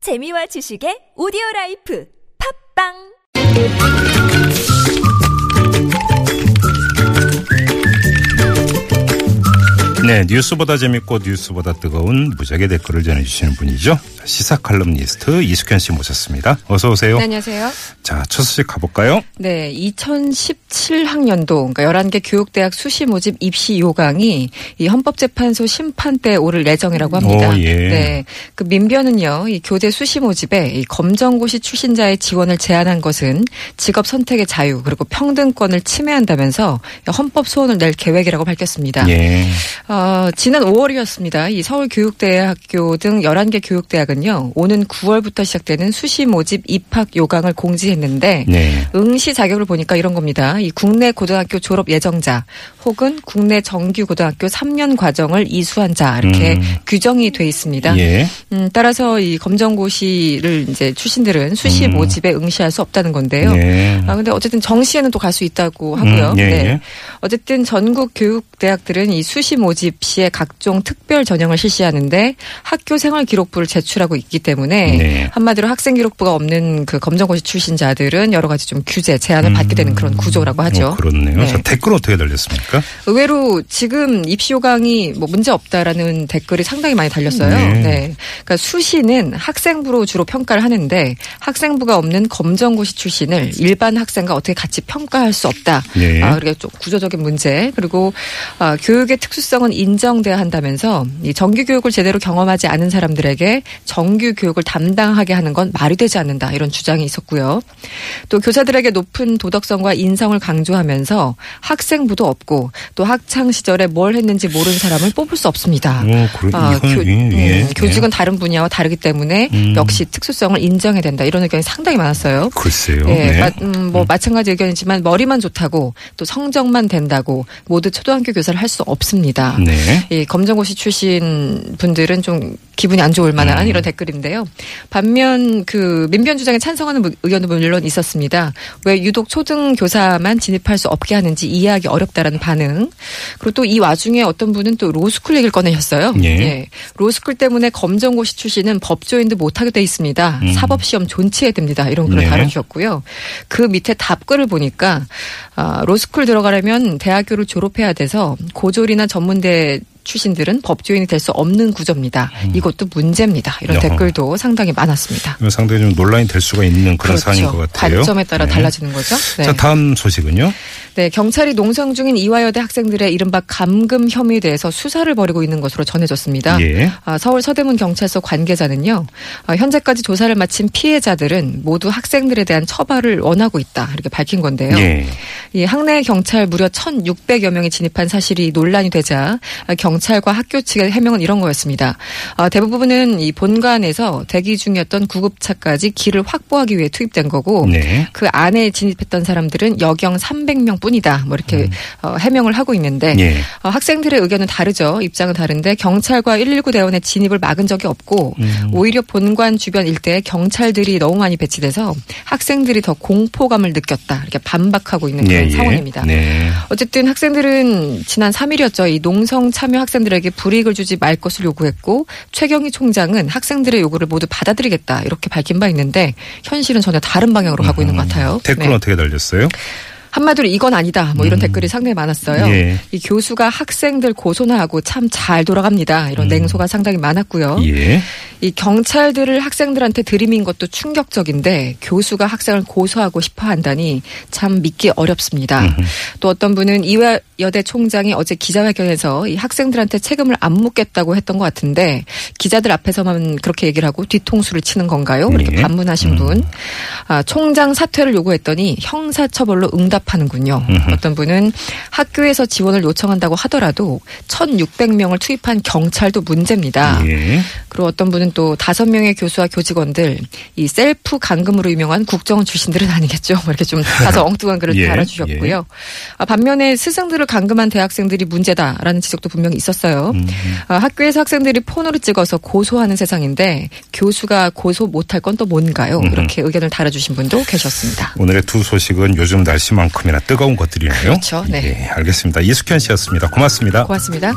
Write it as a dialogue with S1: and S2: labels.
S1: 재미와 지식의 오디오 라이프 팝빵
S2: 네, 뉴스보다 재밌고 뉴스보다 뜨거운 무작위 댓글을 전해주시는 분이죠. 자, 시사 칼럼니스트 이숙현 씨 모셨습니다. 어서 오세요.
S3: 네, 안녕하세요.
S2: 자, 첫 소식 가볼까요?
S3: 네, 2017학년도 그러니까 11개 교육대학 수시 모집 입시 요강이 이 헌법재판소 심판대에 오를 예정이라고 합니다.
S2: 오, 예.
S3: 네, 그 민변은요, 이 교대 수시 모집에 이 검정고시 출신자의 지원을 제한한 것은 직업 선택의 자유 그리고 평등권을 침해한다면서 헌법 소원을 낼 계획이라고 밝혔습니다.
S2: 예.
S3: 어, 지난 5월이었습니다. 이 서울교육대학교 등 11개 교육대학은요, 오는 9월부터 시작되는 수시 모집 입학 요강을 공지했는데,
S2: 네.
S3: 응시 자격을 보니까 이런 겁니다. 이 국내 고등학교 졸업 예정자 혹은 국내 정규 고등학교 3년 과정을 이수한 자 이렇게
S2: 음.
S3: 규정이 돼 있습니다.
S2: 예.
S3: 음, 따라서 이 검정고시를 이제 출신들은 수시
S2: 음.
S3: 모집에 응시할 수 없다는 건데요.
S2: 예.
S3: 아 근데 어쨌든 정시에는 또 갈 수 있다고 하고요.
S2: 음, 예,
S3: 네.
S2: 예.
S3: 어쨌든 전국 교육 대학들은 이 수시 모집 시에 각종 특별 전형을 실시하는데 학교 생활 기록부를 제출하고 있기 때문에
S2: 네.
S3: 한마디로 학생 기록부가 없는 그 검정고시 출신자들은 여러 가지 좀 규제 제한을 받게 되는 그런 구조라고 하죠.
S2: 음, 어, 그렇네요.
S3: 네.
S2: 자, 댓글 어떻게 달렸습니까?
S3: 의외로 지금 입시 요강이 뭐 문제 없다라는 댓글이 상당히 많이 달렸어요.
S2: 네.
S3: 네. 그러니까 수시는 학생부로 주로 평가를 하는데 학생부가 없는 검정고시 출신을 일반 학생과 어떻게 같이 평가할 수 없다.
S2: 네.
S3: 아, 그러니까 좀 구조적인 문제 그리고 아, 교육의 특수성은 인정돼야 한다면서 이 정규 교육을 제대로 경험하지 않은 사람들에게 정규 교육을 담당하게 하는 건 말이 되지 않는다 이런 주장이 있었고요. 또 교사들에게 높은 도덕성과 인성을 강조하면서 학생부도 없고 또 학창 시절에 뭘 했는지 모르는 사람을 뽑을 수 없습니다.
S2: 어, 그래,
S3: 아,
S2: 이건,
S3: 교,
S2: 예, 예.
S3: 음, 교직은 다른 분야와 다르기 때문에
S2: 음.
S3: 역시 특수성을 인정해야 된다 이런 의견이 상당히 많았어요.
S2: 글쎄요.
S3: 예,
S2: 네.
S3: 마, 음, 뭐 마찬가지 의견이지만 머리만 좋다고 또 성적만 된다고 모두 초등학교 교사를 할 수 없습니다.
S2: 네.
S3: 이 검정고시 출신 분들은 좀 기분이 안 좋을 만한
S2: 음.
S3: 이런 댓글인데요. 반면 그 민변 주장에 찬성하는 무- 의견도 물론 있었습니다. 왜 유독 초등 교사만 진입할 수 없게 하는지 이해하기 어렵다라는 반응. 그리고 또 이 와중에 어떤 분은 또 로스쿨 얘기를 꺼내셨어요.
S2: 예.
S3: 로스쿨 때문에 검정고시 출신은 법조인도 못하게 돼 있습니다.
S2: 음.
S3: 사법시험 존치해야 됩니다. 이런 글을
S2: 네.
S3: 달아주셨고요. 그 밑에 답글을 보니까 아, 로스쿨 들어가려면 대학교를 졸업해야 돼서 고졸이나 전문대 출신들은 법조인이 될 수 없는 구조입니다.
S2: 음.
S3: 이것도 문제입니다. 이런
S2: 어허.
S3: 댓글도 상당히 많았습니다.
S2: 이거 상당히 좀 논란이 될 수가 있는 그런 사안인 것 같아요.
S3: 그렇죠. 관점에 따라
S2: 네.
S3: 달라지는 거죠. 네.
S2: 자, 다음 소식은요?
S3: 네, 경찰이 농성 중인 이화여대 학생들의 이른바 감금 혐의에 대해서 수사를 벌이고 있는 것으로 전해졌습니다.
S2: 예.
S3: 아, 서울 서대문 경찰서 관계자는요, 아, 현재까지 조사를 마친 피해자들은 모두 학생들에 대한 처벌을 원하고 있다 이렇게 밝힌 건데요.
S2: 예.
S3: 이 학내 경찰 무려 1,600여 명이 진입한 사실이 논란이 되자 아, 경찰과 학교 측의 해명은 이런 거였습니다. 아, 대부분은 이 본관에서 대기 중이었던 구급차까지 길을 확보하기 위해 투입된 거고
S2: 네.
S3: 그 안에 진입했던 사람들은 여경 300명 뿐이다. 뭐 이렇게 어, 해명을 하고 있는데
S2: 음. 예.
S3: 어, 학생들의 의견은 다르죠. 입장은 다른데 경찰과 119 대원의 진입을 막은 적이 없고
S2: 음.
S3: 오히려 네, 본관 주변 일대에 경찰들이 너무 많이 배치돼서 학생들이 더 공포감을 느꼈다. 이렇게 반박하고 있는 그런
S2: 예, 예.
S3: 상황입니다.
S2: 네.
S3: 어쨌든 학생들은 지난 3일이었죠. 이 농성 참여 학생들에게 불이익을 주지 말 것을 요구했고 최경희 총장은 학생들의 요구를 모두 받아들이겠다 이렇게 밝힌 바 있는데 현실은 전혀 다른 방향으로 가고 있는 것 같아요.
S2: 음, 댓글
S3: 네.
S2: 은 어떻게 달렸어요?
S3: 한마디로 이건 아니다. 뭐 이런 댓글이 상당히 많았어요.
S2: 예.
S3: 이 교수가 학생들 고소나하고 참 잘 돌아갑니다.
S2: 음.
S3: 이런 냉소가 상당히 많았고요.
S2: 예.
S3: 이 경찰들을 학생들한테 들이민 것도 충격적인데 교수가 학생을 고소하고 싶어 한다니 참 믿기 어렵습니다. 또 어떤 분은 이화 여대 총장이 어제 기자회견에서 이 학생들한테 책임을 안 묻겠다고 했던 것 같은데 기자들 앞에서만 그렇게 얘기를 하고 뒤통수를 치는 건가요? 이렇게
S2: 네.
S3: 반문하신 분. 아, 총장 사퇴를 요구했더니 형사처벌로 응답하는군요. 어떤 분은 학교에서 지원을 요청한다고 하더라도 1,600명을 투입한 경찰도 문제입니다.
S2: 예.
S3: 그리고 어떤 분은 또 다섯 명의 교수와 교직원들 이 셀프 감금으로 유명한 국정원 출신들은 아니겠죠. 뭐 이렇게 좀 가서 엉뚱한 글을
S2: 예,
S3: 달아주셨고요. 아, 반면에 스승들을 감금한 대학생들이 문제다라는 지적도 분명히 있었어요.
S2: 음.
S3: 아, 학교에서 학생들이 폰으로 찍어서 고소하는 세상인데 교수가 고소 못할 건 또 뭔가요? 이렇게 의견을 달아주신 분도 계셨습니다.
S2: 오늘의 두 소식은 요즘 날씨만큼이나 뜨거운 것들이네요.
S3: 그렇죠. 네.
S2: 예, 알겠습니다. 이숙현 씨였습니다. 고맙습니다.
S3: 고맙습니다.